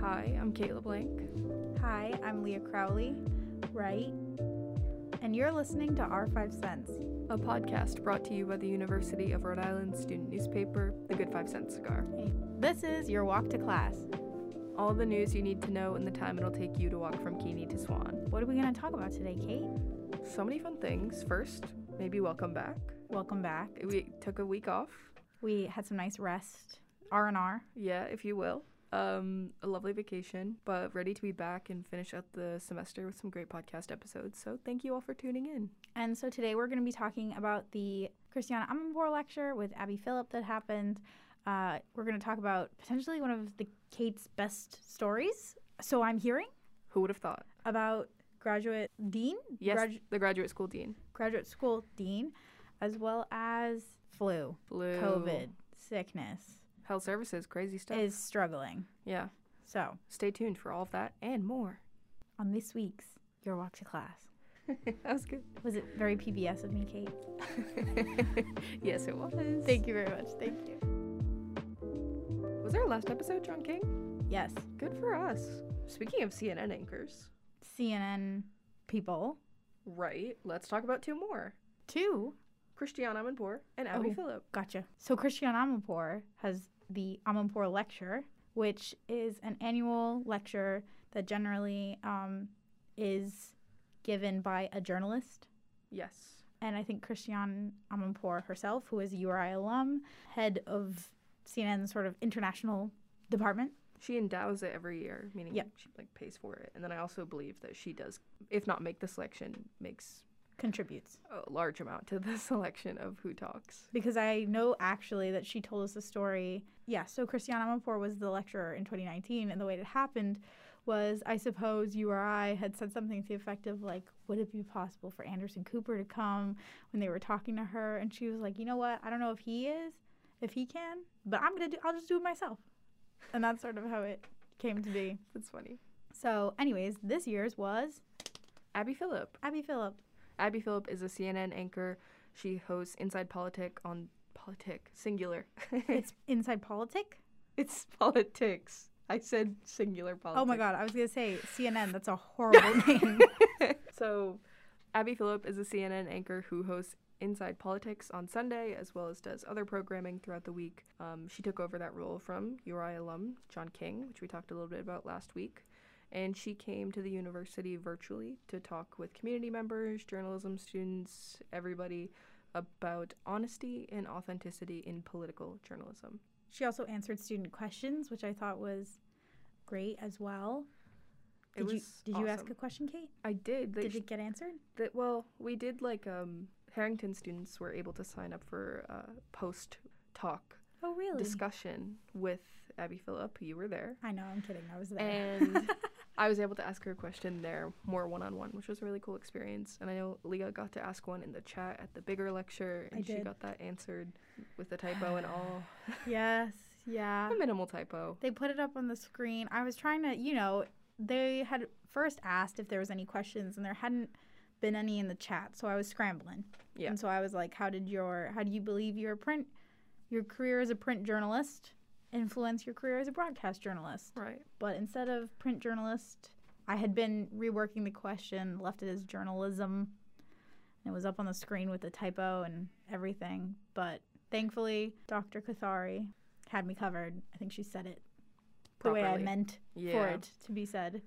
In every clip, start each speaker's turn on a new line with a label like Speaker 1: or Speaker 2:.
Speaker 1: Hi, I'm Kayla Blank.
Speaker 2: Hi, I'm Leah Crowley, right? And you're listening to Our Five Cents.
Speaker 1: A podcast brought to you by the University of Rhode Island student newspaper, The Good Five Cent Cigar.
Speaker 2: This is your walk to class.
Speaker 1: All the news you need to know and the time it'll take you to walk from Keeney to Swan.
Speaker 2: What are we going to talk about today, Kate?
Speaker 1: So many fun things. First, maybe welcome back.
Speaker 2: Welcome back.
Speaker 1: We took a week off.
Speaker 2: We had some nice rest, R and R.
Speaker 1: Yeah, if you will. Um, a lovely vacation, but ready to be back and finish out the semester with some great podcast episodes. So thank you all for tuning in.
Speaker 2: And so today we're going to be talking about the Christiana Amanpour lecture with Abby Phillip that happened. Uh, we're going to talk about potentially one of the Kate's best stories. So I'm hearing
Speaker 1: Who would have thought?
Speaker 2: about graduate dean,
Speaker 1: Yes,
Speaker 2: gradu-
Speaker 1: the graduate school dean.
Speaker 2: graduate school dean, as well as flu,
Speaker 1: Blue.
Speaker 2: COVID, sickness.
Speaker 1: Health services, crazy stuff.
Speaker 2: is struggling.
Speaker 1: yeah.
Speaker 2: So,
Speaker 1: Stay tuned for all of that and more.
Speaker 2: on this week's Your Walk to Class,
Speaker 1: that was good.
Speaker 2: was it very PBS of me, Kate?
Speaker 1: yes, it was.
Speaker 2: Thank you very much. Thank you.
Speaker 1: Was our last episode John King?
Speaker 2: Yes,
Speaker 1: Good for us. Speaking of CNN anchors,
Speaker 2: CNN people.
Speaker 1: right? Let's talk about two more:
Speaker 2: Two.
Speaker 1: Christiana Amanpour and Abby
Speaker 2: Oh.
Speaker 1: Phillip.
Speaker 2: Gotcha. So, Christian Amanpour has the Amanpour Lecture, which is an annual lecture that generally um, is given by a journalist.
Speaker 1: Yes.
Speaker 2: and I think Christiane Amanpour herself, who is a URI alum, head of CNN's sort of international department.
Speaker 1: She endows it every year, meaning
Speaker 2: Yeah.
Speaker 1: she like pays for it. And then I also believe that she does, if not make the selection, makes
Speaker 2: contributes
Speaker 1: a large amount to the selection of who talks.
Speaker 2: because I know actually that she told us a story. Yeah, so Christiane Amanpour was the lecturer in 2019, and the way it happened was I suppose URI had said something to the effect of like, would it be possible for Anderson Cooper to come when they were talking to her? And she was like, you know what? I don't know if he is, if he can, but I'm gonna do. I'll just do it myself, and that's sort of how it came to be.
Speaker 1: That's funny.
Speaker 2: So, anyways, this year's was
Speaker 1: Abby Phillip.
Speaker 2: Abby Phillip.
Speaker 1: Abby Phillip is a CNN anchor. She hosts Inside Politic on Politic singular.
Speaker 2: It's Inside Politic.
Speaker 1: It's politics. I said singular politics.
Speaker 2: Oh my God, I was gonna say CNN. That's a horrible name.
Speaker 1: So, Abby Phillip is a CNN anchor who hosts Inside Politics on Sunday, as well as does other programming throughout the week. Um, she took over that role from URI alum John King, which we talked a little bit about last week. And she came to the university virtually to talk with community members, journalism students, everybody about honesty and authenticity in political journalism.
Speaker 2: She also answered student questions, which I thought was great as well.
Speaker 1: It
Speaker 2: Did you
Speaker 1: was
Speaker 2: did you ask
Speaker 1: awesome.
Speaker 2: a question, Kate?
Speaker 1: I did. They-
Speaker 2: Did it get answered?
Speaker 1: that well we did like um harrington students were able to sign up for a post talk
Speaker 2: Oh really?
Speaker 1: discussion with abby phillip you were there
Speaker 2: I know, I'm kidding. I was there.
Speaker 1: and i was able to ask her a question there more one-on-one which was a really cool experience and i know leah got to ask one in the chat at the bigger lecture
Speaker 2: I
Speaker 1: and she
Speaker 2: did.
Speaker 1: got that answered with the typo and all
Speaker 2: yes, yeah.
Speaker 1: a minimal typo
Speaker 2: They put it up on the screen. I was trying to, you know, they had first asked if there was any questions, and there hadn't been any in the chat, so I was scrambling.
Speaker 1: Yeah.
Speaker 2: And so I was like, "How did your? How do you believe your print, your career as a print journalist, influence your career as a broadcast journalist?"
Speaker 1: right
Speaker 2: But instead of print journalist, I had been reworking the question, left it as journalism. And it was up on the screen with the typo and everything. But thankfully, Dr. Cathari had me covered. I think she said it the way I
Speaker 1: Properly.
Speaker 2: meant for
Speaker 1: Yeah.
Speaker 2: it to be said.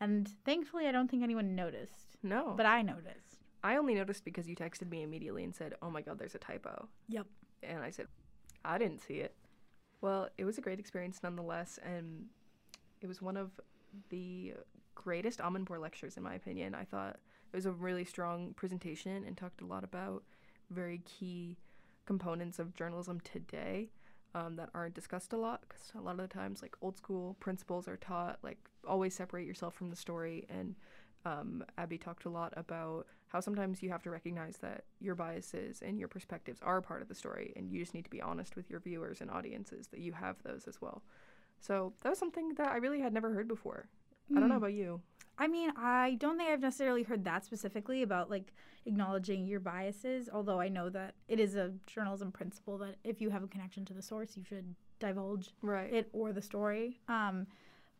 Speaker 2: And thankfully, I don't think anyone noticed.
Speaker 1: no
Speaker 2: But I noticed.
Speaker 1: i only noticed because you texted me immediately and said oh my god there's a typo
Speaker 2: Yep.
Speaker 1: And I said, I didn't see it. Well, it was a great experience nonetheless, and it was one of the greatest Amanpour lectures, in my opinion. I thought it was a really strong presentation and talked a lot about very key components of journalism today um, that aren't discussed a lot because a lot of the times, like old school principles are taught, like always separate yourself from the story. And um, Abby talked a lot about how sometimes you have to recognize that your biases and your perspectives are part of the story, and you just need to be honest with your viewers and audiences that you have those as well. So that was something that I really had never heard before. I
Speaker 2: Mm.
Speaker 1: don't know about you.
Speaker 2: I mean, I don't think I've necessarily heard that specifically about like acknowledging your biases, although I know that it is a journalism principle that if you have a connection to the source, you should divulge
Speaker 1: Right.
Speaker 2: it or the story. Um,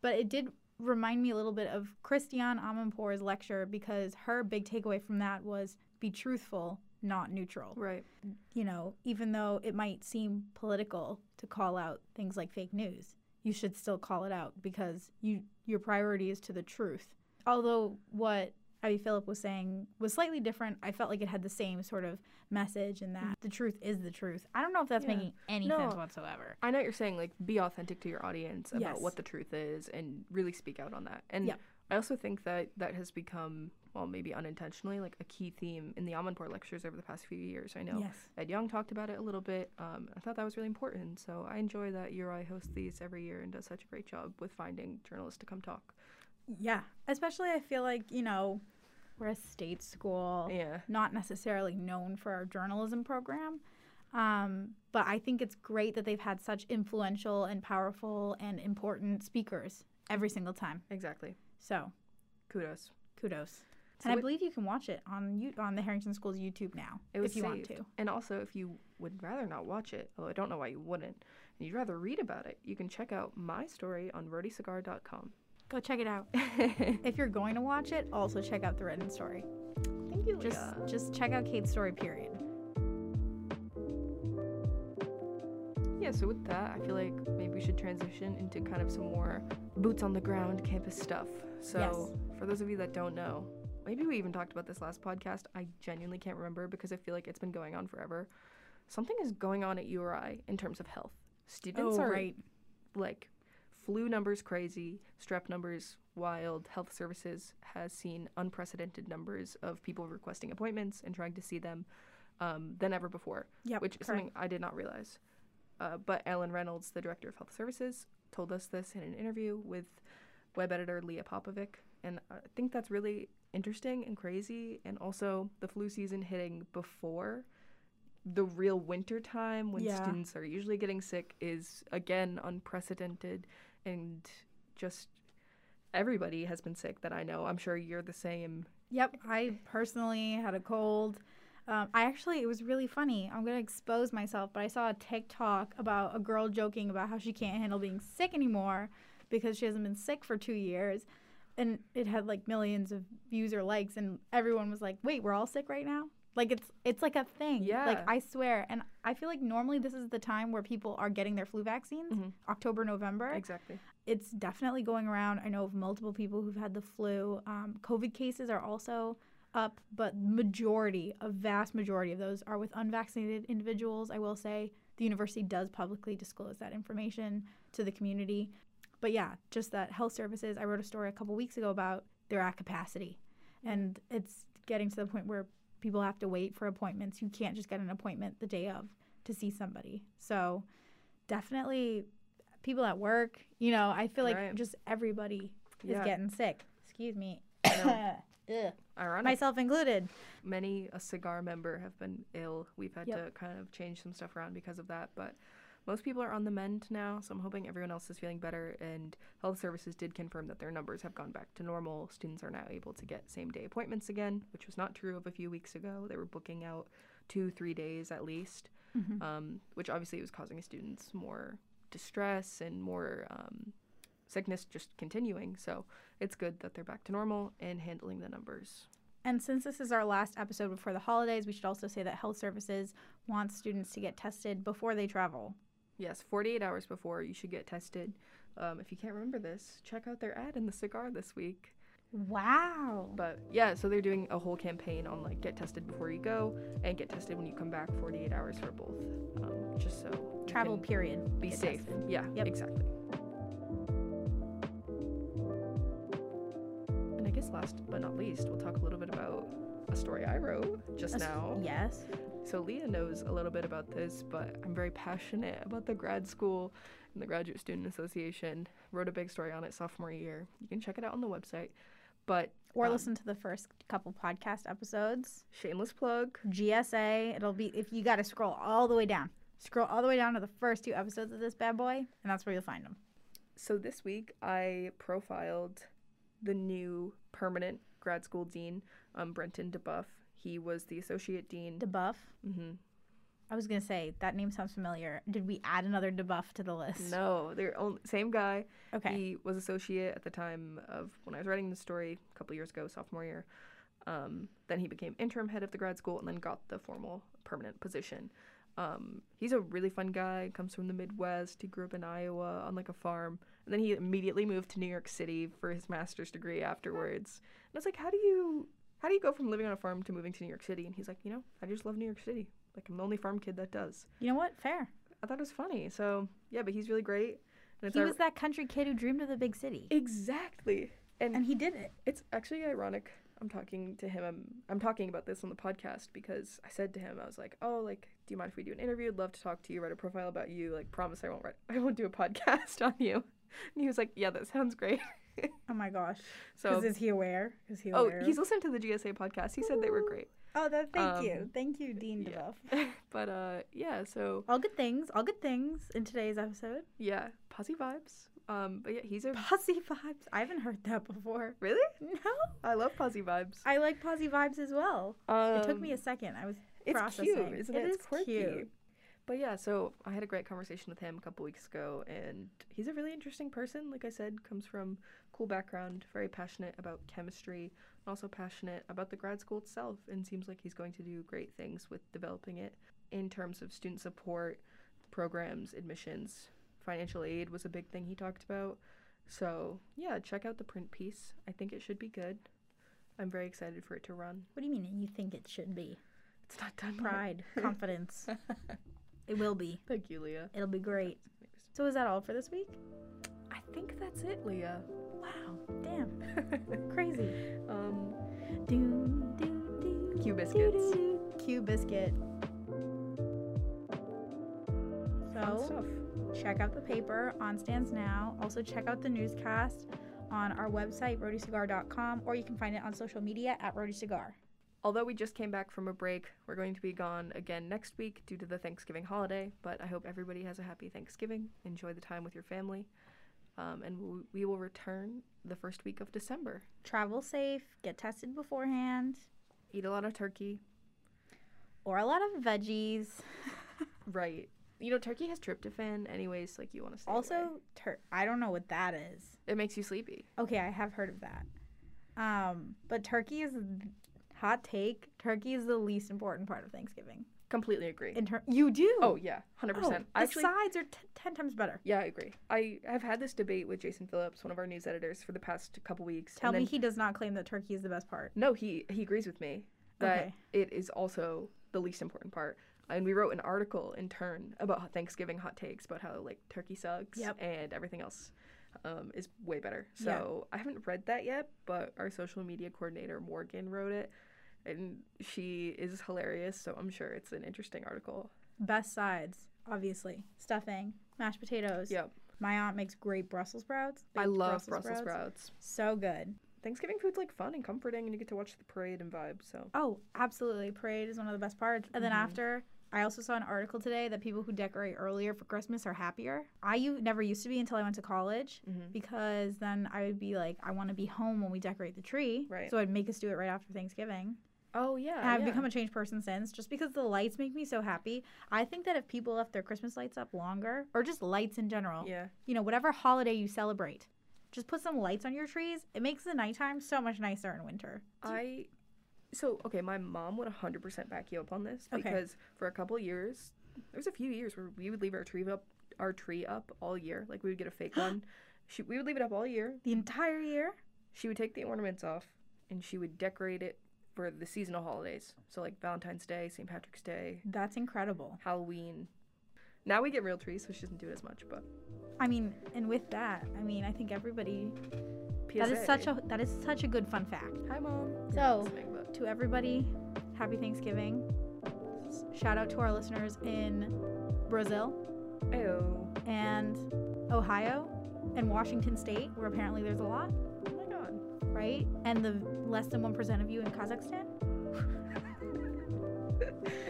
Speaker 2: But it did remind me a little bit of Christiane Amanpour's lecture because her big takeaway from that was be truthful, not neutral.
Speaker 1: Right.
Speaker 2: You know, even though it might seem political to call out things like fake news, you should still call it out because you your priority is to the truth. Although what Abby Phillip was saying was slightly different, I felt like it had the same sort of message and that the truth is the truth. I don't know if that's
Speaker 1: Yeah.
Speaker 2: making any
Speaker 1: No.
Speaker 2: sense whatsoever.
Speaker 1: I know what you're saying, like, be authentic to your audience about
Speaker 2: Yes.
Speaker 1: what the truth is and really speak out on that. And
Speaker 2: Yeah.
Speaker 1: I also think that that has become, well, maybe unintentionally, like a key theme in the Amanpour lectures over the past few years. I know
Speaker 2: Yes.
Speaker 1: Ed Young talked about it a little bit. Um, I thought that was really important. So I enjoy that URI hosts these every year and does such a great job with finding journalists to come talk.
Speaker 2: Yeah. Especially I feel like, you know, we're a state school.
Speaker 1: Yeah.
Speaker 2: not necessarily known for our journalism program. Um, but I think it's great that they've had such influential and powerful and important speakers every single time.
Speaker 1: Exactly.
Speaker 2: So
Speaker 1: Kudos.
Speaker 2: kudos.
Speaker 1: So
Speaker 2: and I
Speaker 1: it-
Speaker 2: believe you can watch it on you on the Harrington School's YouTube now
Speaker 1: It was
Speaker 2: if you want
Speaker 1: saved.
Speaker 2: to.
Speaker 1: And also, if you would rather not watch it, although I don't know why you wouldn't, and you'd rather read about it, you can check out my story on rodycigar.com.
Speaker 2: Go check it out. if you're going to watch it, also check out the Redden story.
Speaker 1: Thank you,
Speaker 2: Just
Speaker 1: Leah.
Speaker 2: just check out Kate's story. Period.
Speaker 1: Yeah, so with that, I feel like maybe we should transition into kind of some more boots on the ground campus stuff. So, for those of you that don't know, maybe we even talked about this last podcast. I genuinely can't remember because I feel like it's been going on forever. Something is going on at URI in terms of health. Students
Speaker 2: oh
Speaker 1: are
Speaker 2: right.
Speaker 1: like flu numbers crazy, strep numbers wild. Health services has seen unprecedented numbers of people requesting appointments and trying to see them um, than ever before
Speaker 2: Yeah.
Speaker 1: which is something I did not realize. Uh, but Ellen Reynolds, the director of health services, told us this in an interview with web editor Leah Popovic, and I think that's really interesting and crazy. And also the flu season hitting before the real winter time when
Speaker 2: Yeah.
Speaker 1: students are usually getting sick is again unprecedented, and just everybody has been sick that I know. I'm sure you're the same.
Speaker 2: Yep, I personally had a cold. Um, I actually, it was really funny. I'm going to expose myself, but I saw a TikTok about a girl joking about how she can't handle being sick anymore because she hasn't been sick for two years. And it had like millions of views or likes, and everyone was like, wait, we're all sick right now? Like it's it's like a thing.
Speaker 1: Yeah.
Speaker 2: Like I swear, and I feel like normally this is the time where people are getting their flu vaccines,
Speaker 1: Mhm.
Speaker 2: October, November
Speaker 1: Exactly.
Speaker 2: it's definitely going around. I know of multiple people who've had the flu. Um, COVID cases are also up, but majority, a vast majority of those are with unvaccinated individuals. I will say the university does publicly disclose that information to the community. But yeah, just that health services. I wrote a story a couple weeks ago about they're at capacity, and it's getting to the point where people have to wait for appointments. You can't just get an appointment the day of to see somebody. So definitely people at work, you know, I feel like
Speaker 1: Right.
Speaker 2: just everybody
Speaker 1: Yeah.
Speaker 2: is getting sick. Excuse me.
Speaker 1: I
Speaker 2: Ugh.
Speaker 1: Ironic.
Speaker 2: Myself included.
Speaker 1: many a cigar member have been ill. We've had
Speaker 2: Yep.
Speaker 1: to kind of change some stuff around because of that, but most people are on the mend now, so I'm hoping everyone else is feeling better. And health services did confirm that their numbers have gone back to normal. Students are now able to get same day appointments again, which was not true of a few weeks ago. They were booking out two, three days at least, um, which obviously was causing students more distress and more um, sickness just continuing. So it's good that they're back to normal and handling the numbers.
Speaker 2: And since this is our last episode before the holidays, we should also say that health services wants students to get tested before they travel.
Speaker 1: Yes, 48 hours before you should get tested. Um, if you can't remember this, check out their ad in the cigar this week.
Speaker 2: Wow.
Speaker 1: But yeah, so they're doing a whole campaign on like get tested before you go and get tested when you come back 48 hours for both. Um, just so you
Speaker 2: Travel
Speaker 1: can
Speaker 2: period.
Speaker 1: be
Speaker 2: Get
Speaker 1: safe.
Speaker 2: tested.
Speaker 1: Yeah,
Speaker 2: Yep.
Speaker 1: exactly. And I guess last but not least, we'll talk a little bit about a story I wrote just
Speaker 2: Us-
Speaker 1: now.
Speaker 2: Yes.
Speaker 1: So Leah knows a little bit about this, but I'm very passionate about the grad school and the Graduate Student Association. Wrote a big story on it sophomore year. You can check it out on the website. But
Speaker 2: Or
Speaker 1: Um,
Speaker 2: listen to the first couple podcast episodes.
Speaker 1: shameless plug.
Speaker 2: GSA, it'll be if you got to scroll all the way down. Scroll all the way down to the first two episodes of this bad boy, and that's where you'll find them.
Speaker 1: So this week I profiled the new permanent grad school dean, um, Brenton DeBuff. He was the associate dean.
Speaker 2: DeBuff.
Speaker 1: hmm
Speaker 2: I was gonna say that name sounds familiar. Did we add another debuff to the list?
Speaker 1: No, they're only, same guy.
Speaker 2: Okay.
Speaker 1: He was associate at the time of when I was writing the story a couple years ago, sophomore year. Um, then he became interim head of the grad school and then got the formal permanent position. Um, he's a really fun guy. Comes from the Midwest. He grew up in Iowa on like a farm, and then he immediately moved to New York City for his master's degree afterwards. And I was like, how do you how do you go from living on a farm to moving to New York City? And he's like, you know, I just love New York City. Like I'm the only farm kid that does.
Speaker 2: You know what? Fair.
Speaker 1: I thought it was funny. So yeah, but he's really great. And it's
Speaker 2: He
Speaker 1: ir-
Speaker 2: was that country kid who dreamed of the big city,
Speaker 1: exactly, and,
Speaker 2: and he did it.
Speaker 1: it's actually ironic. I'm talking to him. I'm, I'm talking about this on the podcast because I said to him, I was like, "Oh, like, do you mind if we do an interview? I'd love to talk to you. Write a profile about you. Like, promise I won't write. I won't do a podcast on you." And he was like, "Yeah, that sounds great."
Speaker 2: Oh my gosh.
Speaker 1: So,
Speaker 2: is he aware? Is he
Speaker 1: oh,
Speaker 2: aware?
Speaker 1: he's listened to the GSA podcast. He said they were great,
Speaker 2: oh, that. Thank you.
Speaker 1: um,
Speaker 2: Thank you, Dean
Speaker 1: yeah.
Speaker 2: DeBuff.
Speaker 1: but uh, yeah. So
Speaker 2: All good things. All good things in today's episode.
Speaker 1: yeah, posse vibes. Um, but yeah, he's a
Speaker 2: Posy vibes. I haven't heard that before.
Speaker 1: really.
Speaker 2: No.
Speaker 1: I love posse vibes.
Speaker 2: I like posy vibes as well.
Speaker 1: Um,
Speaker 2: it took me a second. I was
Speaker 1: it's
Speaker 2: processing.
Speaker 1: cute, isn't it?
Speaker 2: It
Speaker 1: it's
Speaker 2: is
Speaker 1: quirky.
Speaker 2: cute.
Speaker 1: But yeah, so I had a great conversation with him a couple weeks ago, and he's a really interesting person. Like I said, comes from cool background, very passionate about chemistry, and also passionate about the grad school itself, and seems like he's going to do great things with developing it in terms of student support, programs, admissions, financial aid was a big thing he talked about. So yeah, check out the print piece. I think it should be good. I'm very excited for it to run.
Speaker 2: What do you mean? You think it should be
Speaker 1: It's not done yet.
Speaker 2: pride, confidence? It will be.
Speaker 1: Thank you, Leah.
Speaker 2: It'll be great.
Speaker 1: Thanks.
Speaker 2: So is that all for this week?
Speaker 1: I think that's it, Leah.
Speaker 2: Wow. Damn. Crazy.
Speaker 1: um,
Speaker 2: Doom, doom, doom.
Speaker 1: Q biscuits.
Speaker 2: Q biscuit.
Speaker 1: Fun
Speaker 2: So
Speaker 1: stuff.
Speaker 2: check out the paper on stands now. Also check out the newscast on our website rodycigar.com or you can find it on social media at rodycigar.
Speaker 1: Although we just came back from a break, we're going to be gone again next week due to the Thanksgiving holiday. But I hope everybody has a happy Thanksgiving. Enjoy the time with your family. Um, and we- we will return the first week of December.
Speaker 2: Travel safe. Get tested beforehand.
Speaker 1: Eat a lot of turkey.
Speaker 2: Or a lot of veggies.
Speaker 1: Right. You know, turkey has tryptophan, anyways. Like, you want to stay away.
Speaker 2: Also, tur- I don't know what that is.
Speaker 1: it makes you sleepy.
Speaker 2: Okay, I have heard of that. Um, but turkey is hot take. Turkey is the least important part of Thanksgiving.
Speaker 1: Completely agree.
Speaker 2: In ter- you do.
Speaker 1: oh, yeah, 100%.
Speaker 2: Oh, the
Speaker 1: I actually
Speaker 2: sides are t- ten times better.
Speaker 1: Yeah, I agree. I have had this debate with Jason Phillips, one of our news editors, for the past couple weeks.
Speaker 2: Tell
Speaker 1: and
Speaker 2: me
Speaker 1: then-
Speaker 2: he does not claim that turkey is the best part.
Speaker 1: no, he he agrees with me that
Speaker 2: Okay.
Speaker 1: it is also the least important part. And we wrote an article in turn about ho- Thanksgiving hot takes about how like turkey sucks
Speaker 2: Yep.
Speaker 1: and everything else um, is way better. So I haven't read that yet, but our social media coordinator Morgan wrote it, and she is hilarious. So I'm sure it's an interesting article.
Speaker 2: Best sides, obviously, stuffing, mashed potatoes.
Speaker 1: Yep,
Speaker 2: My aunt makes great Brussels sprouts.
Speaker 1: I
Speaker 2: baked
Speaker 1: love Brussels, sprouts.
Speaker 2: So good.
Speaker 1: Thanksgiving food's like fun and comforting, and you get to watch the parade and vibe. So
Speaker 2: Oh, absolutely. Parade is one of the best parts. And then after, I also saw an article today that people who decorate earlier for Christmas are happier. I u- never used to be until I went to college
Speaker 1: Mm-hmm.
Speaker 2: because then I would be like, I want to be home when we decorate the tree.
Speaker 1: Right.
Speaker 2: So I'd make us do it right Uh, after Thanksgiving.
Speaker 1: Oh yeah,
Speaker 2: and I've
Speaker 1: yeah.
Speaker 2: become a changed person since just because the lights make me so happy. I think that if people left their Christmas lights up longer or just lights in general,
Speaker 1: yeah.
Speaker 2: you know, whatever holiday you celebrate, just put some lights on your trees. It makes the nighttime so much nicer in winter.
Speaker 1: I so okay. My mom would hundred percent back you up on this
Speaker 2: Okay.
Speaker 1: because for a couple years, there was a few years where we would leave our tree up, our tree up all year. Like we would get a fake one. She, we would leave it up all year.
Speaker 2: The entire year?
Speaker 1: She would take the ornaments off and she would decorate it for the seasonal holidays. So like Valentine's Day, St. Patrick's Day,
Speaker 2: That's incredible.
Speaker 1: Halloween. Now we get real trees, so she doesn't do it as much. But
Speaker 2: I mean, and with that, I mean, I think everybody
Speaker 1: PSA.
Speaker 2: that is such a that is such a good fun fact.
Speaker 1: hi mom. You're not
Speaker 2: So-
Speaker 1: listening, but-
Speaker 2: To everybody, happy Thanksgiving. S- Shout out to our listeners in Brazil
Speaker 1: Ayo.
Speaker 2: and Ohio and Washington state where apparently there's a lot,
Speaker 1: Oh my god.
Speaker 2: right? And the less than 1% of you in Kazakhstan.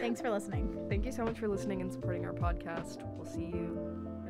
Speaker 2: Thanks for listening.
Speaker 1: Thank you so much for listening and supporting our podcast. We'll see you